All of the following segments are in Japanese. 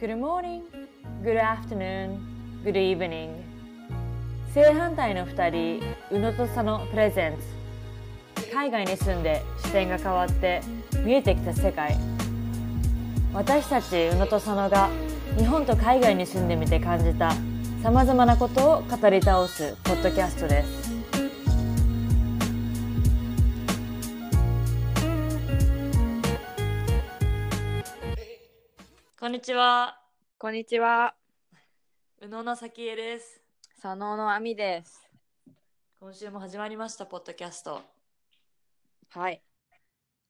Good morning, good afternoon, good evening 正反対の2人宇野と佐野プレゼンツ海外に住んで視点が変わって見えてきた世界私たち宇野と佐野が日本と海外に住んでみて感じたさまざまなことを語り倒すポッドキャストですこんにちはこんにちは。宇野の先江です佐野のあみです。今週も始まりましたポッドキャストはい。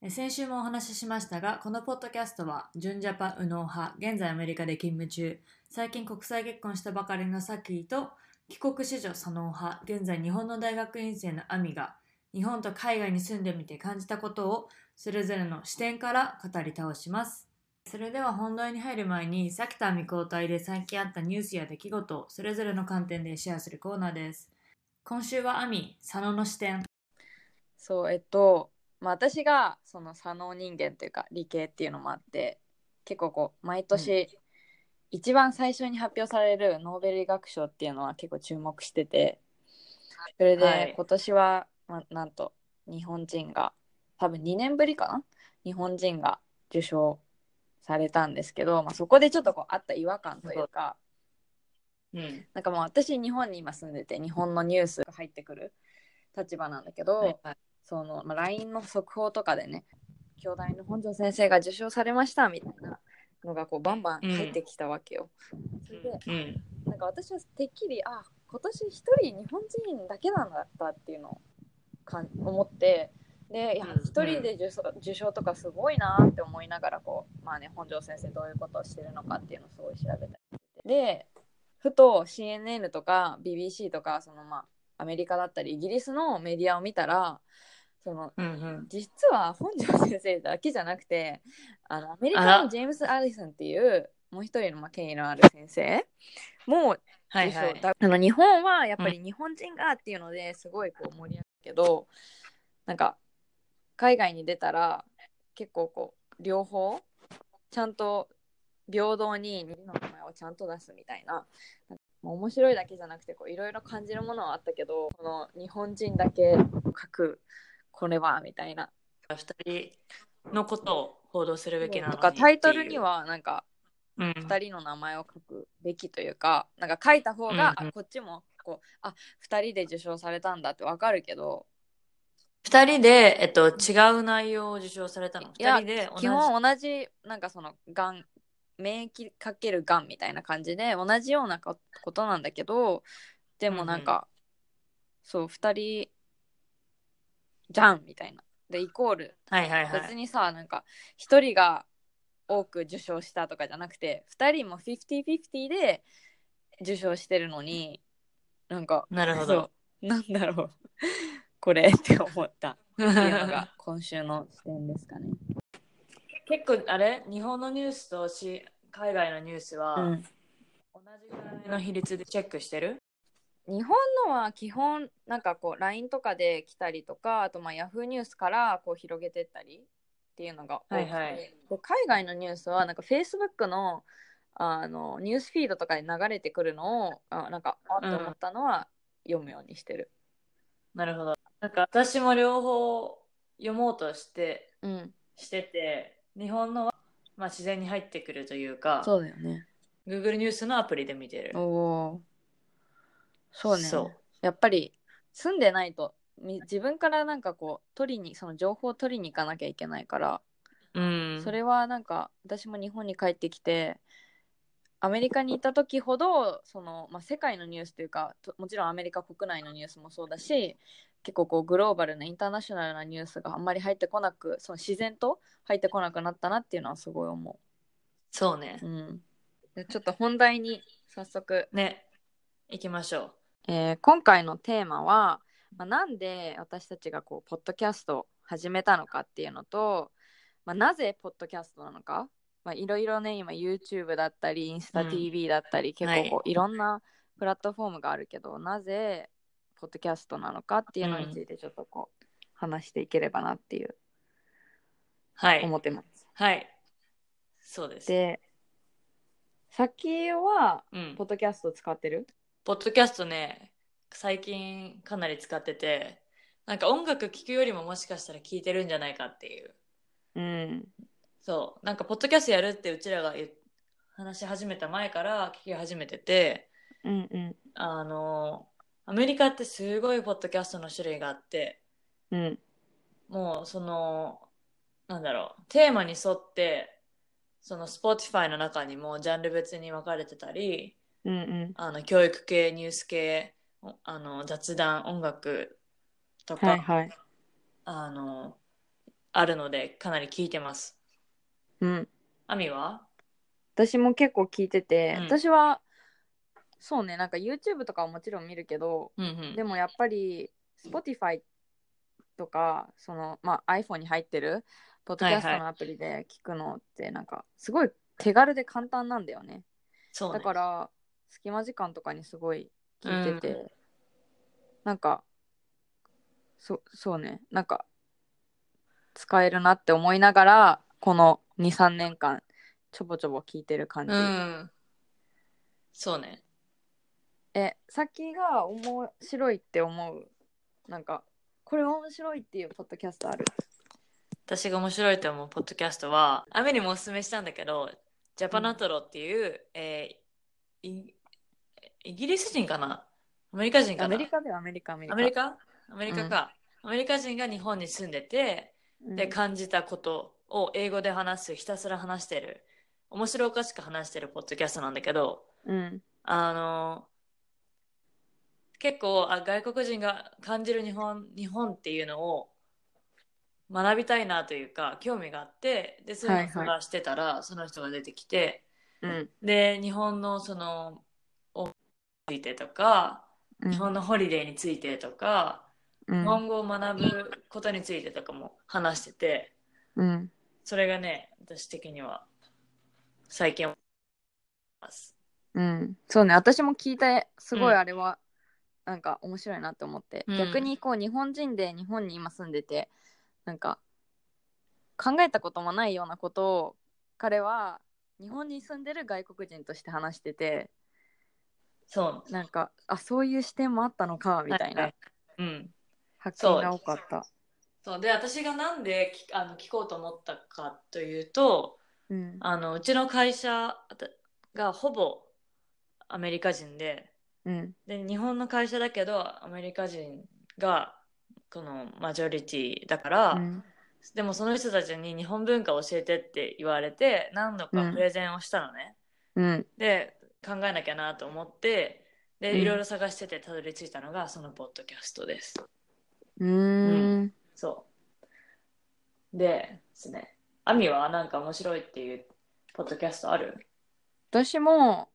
え先週もお話ししましたがこのポッドキャストは純ジャパ右脳派現在アメリカで勤務中最近国際結婚したばかりのサキーと帰国子女左脳派現在日本の大学院生のアミが日本と海外に住んでみて感じたことをそれぞれの視点から語り倒しますそれでは本題に入る前にサキとアミ交代で最近あったニュースや出来事をそれぞれの観点でシェアするコーナーです今週はアミ佐野の視点そう、えっと、まあ、私がその左脳人間というか理系っていうのもあって、結構こう毎年、一番最初に発表されるノーベル医学賞っていうのは結構注目してて、それはいで今年は、まあ、なんと日本人が多分2年ぶりかな日本人が受賞されたんですけど、まあ、そこでちょっとこうあった違和感というか、うんなんかもう私日本に今住んでて日本のニュースが入ってくる立場なんだけど、その、まあ、LINE の速報とかでね京大の本庄先生が受賞されましたみたいなのがこうバンバン入ってきたわけよ。それでうんなんか私はてっきりあ今年一人日本人だけなんだったっていうのをかん思ってでいやうん一人で受賞受賞とかすごいなって思いながらこうまあね本庄先生どういうことをしてるのかっていうのをすごい調べたりしてでふと CNN とか BBC とかそのまあアメリカだったりイギリスのメディアを見たらそのうんうん実は本庄先生だけじゃなくてあのアメリあカらのジェームス・アリソンっていうもう一人のまあ権威のある先生もうは受賞だあの日本はやっぱり日本人がっていうのですごいこう盛り上がるけど、なんか海外に出たら結構こう両方ちゃんと平等に二人の名前をちゃんと出すみたいな。なんかまあ面白いだけじゃなくてこういろいろ感じるものはあったけどこの日本人だけ書くこれはみたいな二人のことを報道するべきなのとにかタイトルにはなんか2 2人の名前を書くべきというかなんか書いた方が、うんうんあこっちもこうあ2人で受賞されたんだってわかるけど二人で、えっと、違う内容を受賞されたのいや二人で同じ基本同じなんかそのがん免疫かけるがんみたいな感じで同じようなこことなんだけどでもなんか、そう2人じゃんみたいなでイコールはいはいは別いにさなんか1人が多く受賞したとかじゃなくて2人も50-50で受賞してるのになんかなるほそどうなんだろうこれって思ったっていうの 結が今週の視点ですかね。構あれ日本のニュースとし海外のニュースは、うん同じぐらいの比率でチェックしてる日本のは基本なんかこう LINE とかで来たりとかあとまあ Yahoo ニュースからこう広げてったりっていうのが多くて、はいはいこう海外のニュースはなんか Facebook のあのニュースフィードとかに流れてくるのをあなんかあっうんと思ったのは読むようにしてる。なるほどなんか私も両方読もうとしてうん、してて日本のは、まあ、自然に入ってくるというかそうだよね。 Google ニュースのアプリで見てるおおーそうねそうやっぱり住んでないとみ自分からなんかこう取りにその情報を取りに行かなきゃいけないから。うんそれはなんか私も日本に帰ってきてアメリカに行った時ほどその、まあ、世界のニュースというかともちろんアメリカ国内のニュースもそうだし結構こうグローバルなインターナショナルなニュースがあんまり入ってこなくその自然と入ってこなくなったなっていうのはすごい思そうねう、うん、でちょっと本題に早速、ね行きましょえー今回のテーマは、まあ、なんで私たちがこうポッドキャストを始めたのかっていうのと、まあ、なぜポッドキャストなのかまあいろいろね今 YouTube だったりインスタうん t v だったり、結構こういろんなプラットフォームがあるけどなぜポッドキャストなのかっていうのについてちょっとこう、話していければなっていううはい思ってます。はいそうですで先はうんポッドキャスト使ってるポッドキャストね、最近かなり使ってて、なんか音楽聴くよりももしかしたら聴いてるんじゃないかっていう。うんそう。なんか、ポッドキャストやるってうちらが言っ話し始めた前から聞き始めてて、うんうんあの、アメリカってすごいポッドキャストの種類があって、うんもうその、なんだろう、テーマに沿って、その Spotify の中にもジャンル別に分かれてたり、うんうんあの教育系ニュース系おあの雑談音楽とか、はいはいあのあるのでかなり聞いてます。うんアミは私も結構聞いてて、うん私はそうねなんか YouTube とかはもちろん見るけどうんうんでもやっぱり Spotify とかその、まあ、iPhone に入ってるポッドキャストのアプリで聞くのってなんかすごい手軽で簡単なんだよねそうねだから隙間時間とかにすごい聞いてて、うなんかそそうねなんか使えるなって思いながらこの23年間ちょぼちょぼ聞いてる感じ、うん。そうね。え先が面白いって思うなんかこれ面白いっていうポッドキャストある私が面白いと思うポッドキャストは、アミにもおすすめしたんだけど、ジャパナトロっていう、えーいイギリス人かなアメリカ人かなアメリカではアメリカアメリカアメリカアメリカか、アメリカ人が日本に住んでて、うんで感じたことを英語で話すひたすら話してる面白おかしく話してるポッドキャストなんだけどうんあの結構あ外国人が感じる日本日本っていうのを学びたいなというか興味があってでそういうのを探してたら、その人が出てきてうんで日本のそのをついてとかうん日本のホリデーについてとか、う日ん本語を学ぶことについてとかも話してて。うんそれがね、私的には最近思います。うんそうね私も聞いてすごいうんあれは、なんか面白いなって思って、うん逆にこう日本人で日本に今住んでてなんか考えたこともないようなことを彼は日本に住んでる外国人として話しててそう。なんかあそういう視点もあったのかみたいな、はうん。発見が多かった。そう。で、私がなんできあの聞こうと思ったかというと、うんあの、うちの会社がほぼアメリカ人で、うんで、日本の会社だけど、アメリカ人がこのマジョリティだから、うんでもその人たちに日本文化を教えてって言われて、何度かプレゼンをしたのね。うんで考えなきゃなと思ってで、うんいろいろ探しててたどり着いたのがそのポッドキャストですうーんそうでですねアミはなんか面白いっていうポッドキャストある私も、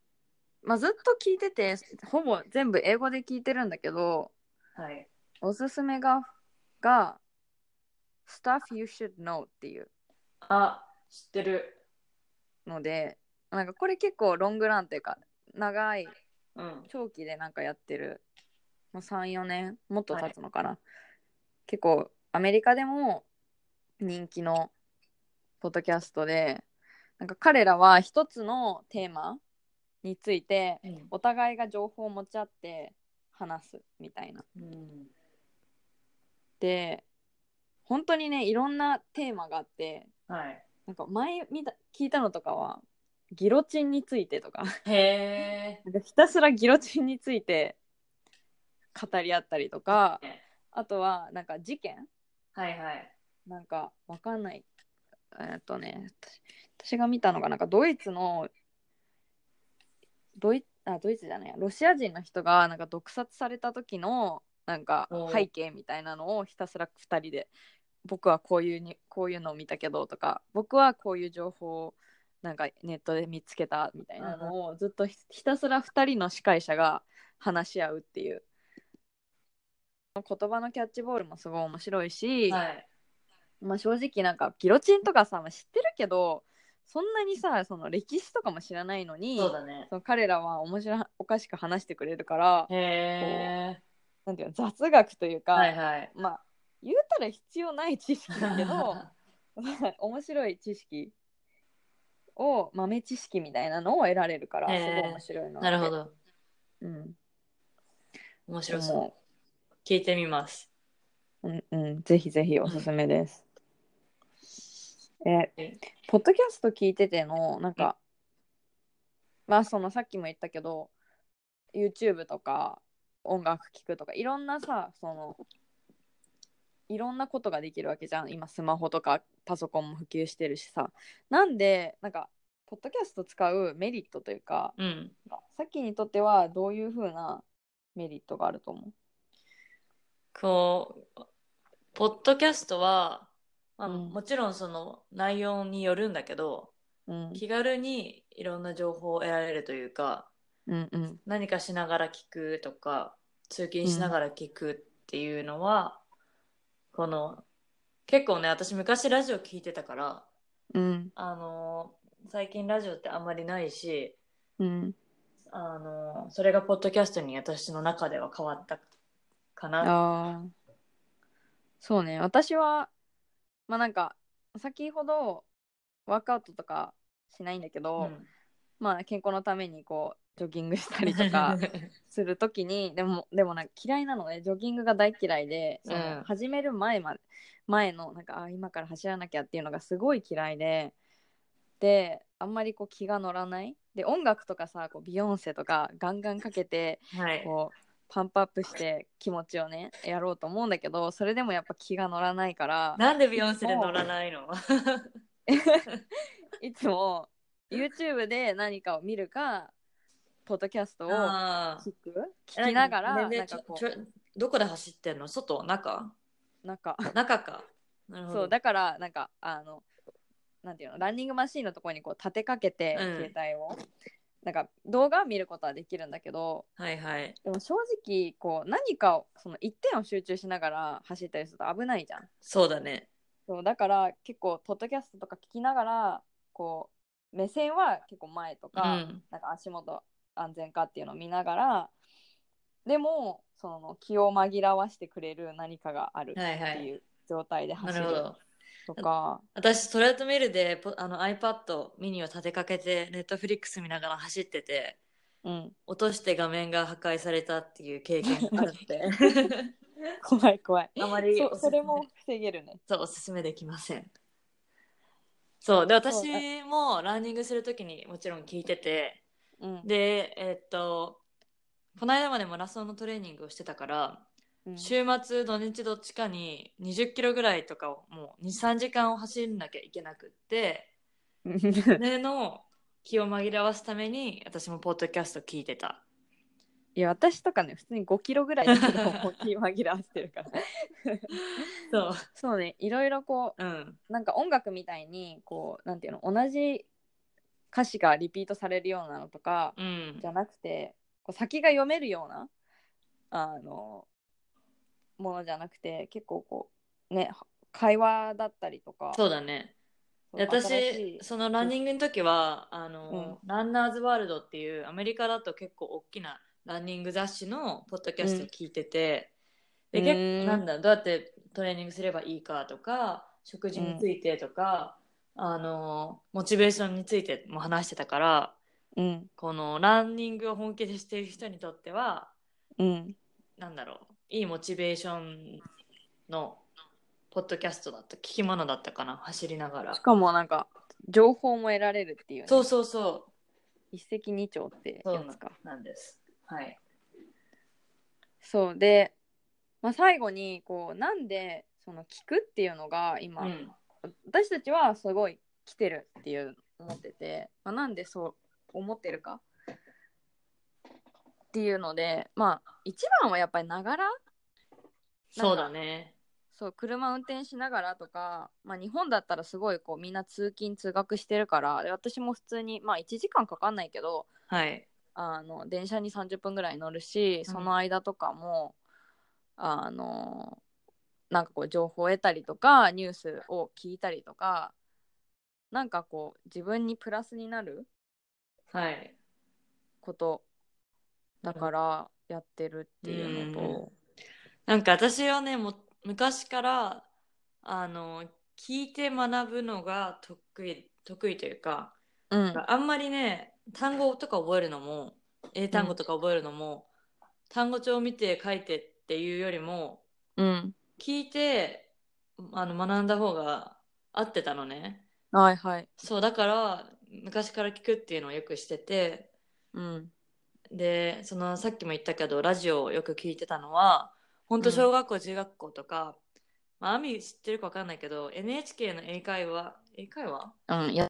まあ、ずっと聞いててほぼ全部英語で聞いてるんだけどはいおすすめがが「Stuff You Should Know」っていうあ知ってるのでなんかこれ結構ロングランっていうか長いうん長期でなんかやってるもう34年もっと経つのかな、結構アメリカでも人気のポッドキャストでなんか彼らは一つのテーマについてうんお互いが情報を持ち合って話すみたいな。うんで本当にねいろんなテーマがあってはいなんか前見た聞いたのとかはギロチンについてとか へえなんかひたすらギロチンについて語り合ったりとかあとはなんか事件はいはいなんかわかんないえーっとね私私が見たのがなんかドイツのドイあドイツじゃないやロシア人の人がなんか毒殺された時のなんかおう背景みたいなのをひたすら2人で僕はこういうにこういうのを見たけどとか僕はこういう情報をなんかネットで見つけたみたいなのをずっとひひたすら2人の司会者が話し合うっていう言葉のキャッチボールもすごい面白いし、はいまあ、正直なんかギロチンとかさ、まあ、知ってるけどそんなにさその歴史とかも知らないのにそうだねその彼らは面白いおかしく話してくれるからへえなんていうの雑学というか、はいはいまあ言うたら必要ない知識だけど面白い知識を豆知識みたいなのを得られるからすへごーい面白いなって なるほ、ど。うん、面白そう。思聞いてみます。う、うんうん、ぜひぜひおすすめです、ええポッドキャスト聞いててのなんか、まあそのさっきも言ったけど YouTube とか音楽聴くとかいろんなさそのいろんなことができるわけじゃん今スマホとかパソコンも普及してるしさなんでなんかポッドキャスト使うメリットというかうん。さっきにとってはどういうふうなメリットがあると思うこう、ポッドキャストは、まあ、うんもちろんその内容によるんだけど、うん気軽にいろんな情報を得られるというか、うんうん何かしながら聞くとか通勤しながら聞くっていうのは、この結構ね私昔ラジオ聞いてたからうんあのー最近ラジオってあんまりないしうんあのーそれがポッドキャストに私の中では変わったかなああそうね私はまあなんか先ほどワークアウトとかしないんだけど、うんまあ健康のためにこうジョギングしたりとかする時にでもでもなんか嫌いなのねジョギングが大嫌いで、そのうん始める前まで前のなんかあー今から走らなきゃっていうのがすごい嫌いでであんまりこう気が乗らないで音楽とかさこうビヨンセとかガンガンかけて はいこうパンプアップして気持ちをねやろうと思うんだけどそれでもやっぱ気が乗らないからなんでビヨンセで乗らないのいつも YouTube で何かを見るかポッドキャス トを聞あーく聞きながら全然なんかこちょちょどこで走ってんの外中うなんか中かなるほどそうだからなんかあのなんていうのランニングマシーンのところにこう立てかけて、うん携帯をなんか動画を見ることはできるんだけどはいはいでも正直こう何かをその一点を集中しながら走ったりすると危ないじゃん。そうだねそうだから結構ポッドキャストとか聞きながらこう目線は結構前とうか,、んなんか足元安全かっていうのを見ながらでもその気を紛らわしてくれる何かがあるっはいはていいう状態でな走るるほど。とか、私、トレートメールでポあの iPad ミニを立てかけて、ネットフリックス見ながら走ってて、うん、落として画面が破壊されたっていう経験がああるるって ので、怖い怖いあまりおそすすめそれも防げるねそうおすすめできません。そう、で、そう私もランニングするときにもちろん聞いてて、うん、で、えっと、この間までマラソンのトレーニングをしてたから、うん週末、土日どっちかに20キロぐらいとかをもう2、3時間を走んなきゃいけなくって、それの気を紛らわすために私もポッドキャスト聞いてた。 いや私とかね普通に5キロぐらいだけどもう気紛らわしてるからそう。そうねいろいろこううん。なんか音楽みたいにこうなんていうの同じ歌詞がリピートされるようなのとかうんじ。ゃなくてこう先が読めるようなあのものじゃなくて結構こうね会話だったりとかそうだね。そう新し私い、そのランニングの時は、あの、ランナーズワールドっていうアメリカだと結構大きなランニング雑誌のポッドキャスト聞いてて、うんで、う結ーん構なんだ、どうやってトレーニングすればいいかとか、食事についてとか、あの、モチベーションについても話してたから、うんこのランニングを本気でしている人にとっては、うんなんだろう、いいモチベーションのポッドキャストだった、聞き物だったかな、走りながらし。かもなんか情報も得られるっていうね、そうそうそ一石二鳥ってう、そうやなつかなんです。はい。そうで、まあ、最後にこうなんでその聞くっていうのが今、うん。私たちはすごい来てるっていう思ってて、まあ、なんでそう思ってるかっていうのでまあ一番はやっぱりながらそうだね。そう車運転しながらとか、まあ、日本だったらすごいこうみんな通勤通学してるからで私も普通にまあ1時間かかんないけどはい。あの電車に30分ぐらい乗るしうんその間とかも、あのなんかこう情報を得たりとかニュースを聞いたりとかなんかこう自分にプラスになるはい。ことだからやってるっていうのと、なんか私はね、もう昔から、あの、聞いて学ぶのが得意、得意というか、うんあんまりね単語とか覚えるのも英単語とか覚えるのも、単語帳を見て書いてっていうよりもうん聞いてあの学んだ方が合ってたのねはいはいそうだから昔から聞くっていうのをよくしててうんでそのさっきも言ったけどラジオをよく聞いてたのは本当小学校、中学校とか、まあ、アミ知ってるか分かんないけど NHK の英会話英会話うんや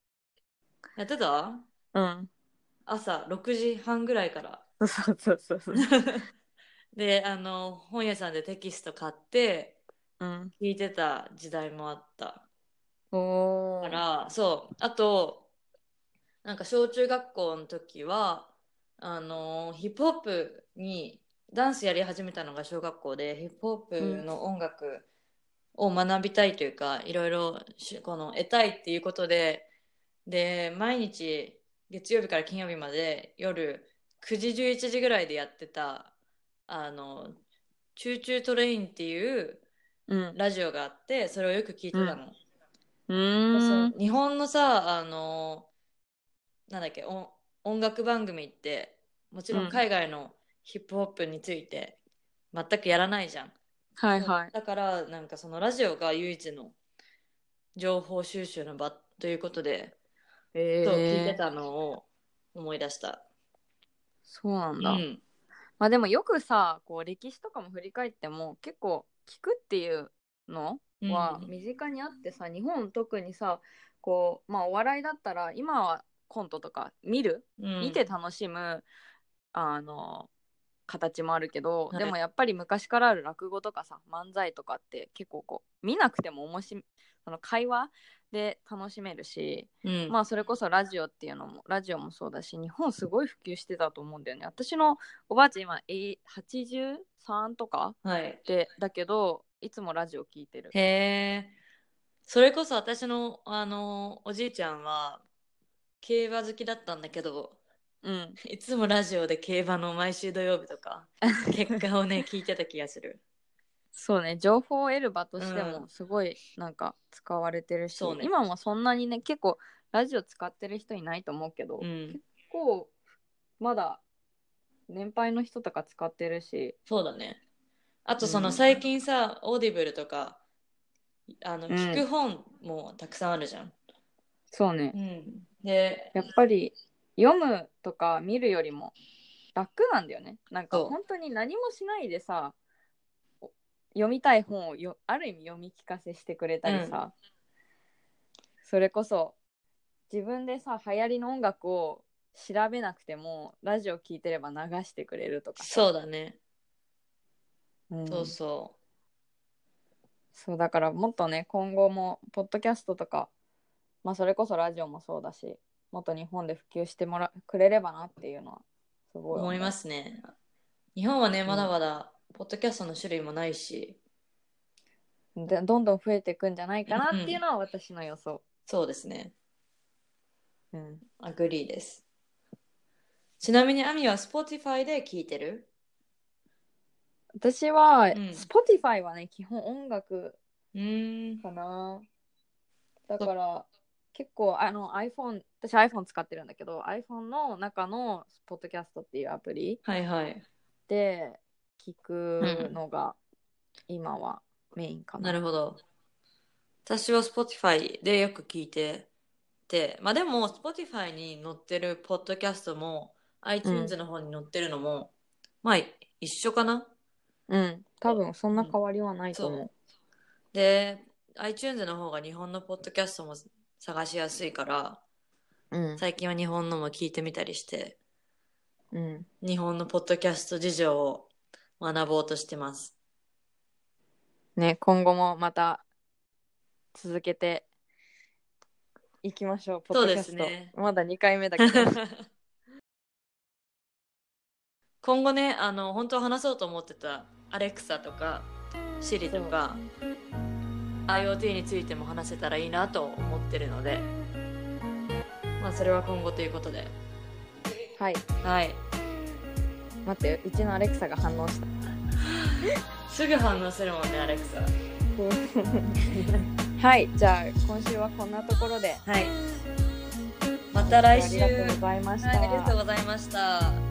やってたうん朝6時半ぐらいからそうそうそ うそうであの本屋さんでテキスト買ってうん聞いてた時代もあったおかーらそうあとなんか小中学校の時はあのヒップホップにダンスやり始めたのが小学校でヒップホップの音楽を学びたいというか、いろいろしこの得たいっていうことでで毎日月曜日から金曜日まで夜9時11時ぐらいでやってたあの「チューチュートレイン」っていううんラジオがあってそれをよく聞いてたの。うそーうん日本のさあのなんだっけお音楽番組ってもちろうんん海外のヒップホップについて全くやらないじゃん、はいはいだからなんかそのラジオが唯一の情報収集の場ということで、えそう聞いてー、たのを思い出した、そうなんうだ、ん、まあでもよくさこう歴史とかも振り返っても結構聞くっていうのはうん身近にあってさ、日本特にさこうまあお笑いだったら今はコントとか見る、うん見て楽しむあの形もあるけど、はいでもやっぱり昔からある落語とかさ漫才とかって結構こう見なくても面白いその会話で楽しめるし、うんまあそれこそラジオっていうのもラジオもそうだし日本すごい普及してたと思うんだよね私のおばあちゃん今えい83とかはいでだけどいつもラジオ聞いてるへえそれこそ私のあのおじいちゃんは競馬好きだったんだけどうん いつもラジオで競馬の毎週土曜日と か結果をね聞いてた気がする。そうね情報を得る場としてうもんすごいなんか使われてるし、そうね今もそんなにね結構ラジオ使ってる人いないと思うけど、う結ん、構まだ年配の人とか使ってるしそうだね。あとそうのん最近さ、オーディブルとかあのうん聞く本もたくさんあるじゃん。そうねうん、で、やっぱり読むとか見るよりも楽なんだよね。なんかそう本当に何もしないでさお読みたい本をよある意味読み聞かせしてくれたりさ、それこそ自分でさ流行りの音楽を調べなくてもラジオ聴いてれば流してくれるとかさ、そうだね。うんそうそそうだからもっとね今後もポッドキャストとか、まあ、それこそラジオもそうだしもっと日本で普及してもらくれればなっていうのはすうごい。思いますすね。日本はねんまだまだポッドキャストの種類もないし、でどんどん増えていくんじゃないかなっていうのは私の予想。そうですね。うん、アグリーです。ちなみにアミは Spotify で聞いてる私は、ん Spotify はね基本音楽うーん。かな。だから結構あの iPhone 私 iPhone 使ってるんだけど iPhone の中の Podcast っていうアプリはいはい。で聞くのが今はメインかな。なるほど。私は Spotify でよく聞いてて、まあでも Spotify に載ってるポッドキャストも iTunes の方に載ってるのも、まあ一緒かな。うん多分そんな変わりはないと思う。で、iTunes の方が日本のポッドキャストも探しやすいから、うん最近は日本のも聞いてみたりして、うん、日本のポッドキャスト事情を学ぼうとしてます。ね今後もまた続けていきましょうポッそうドキでャすスト、ねまだ2回目だけ ど 今後ね、あの、本当は話そうと思ってたアレクサとか、シリとか、IoT についても話せたらいいなと思ってるので、まあそれは今後ということで。はいはい。待ってうちのアレクサが反応した すぐ反応するもんね、アレクサ。はいじゃあ今週はこんなところではい。またた来週ありがとうございました。はいありがとうございました。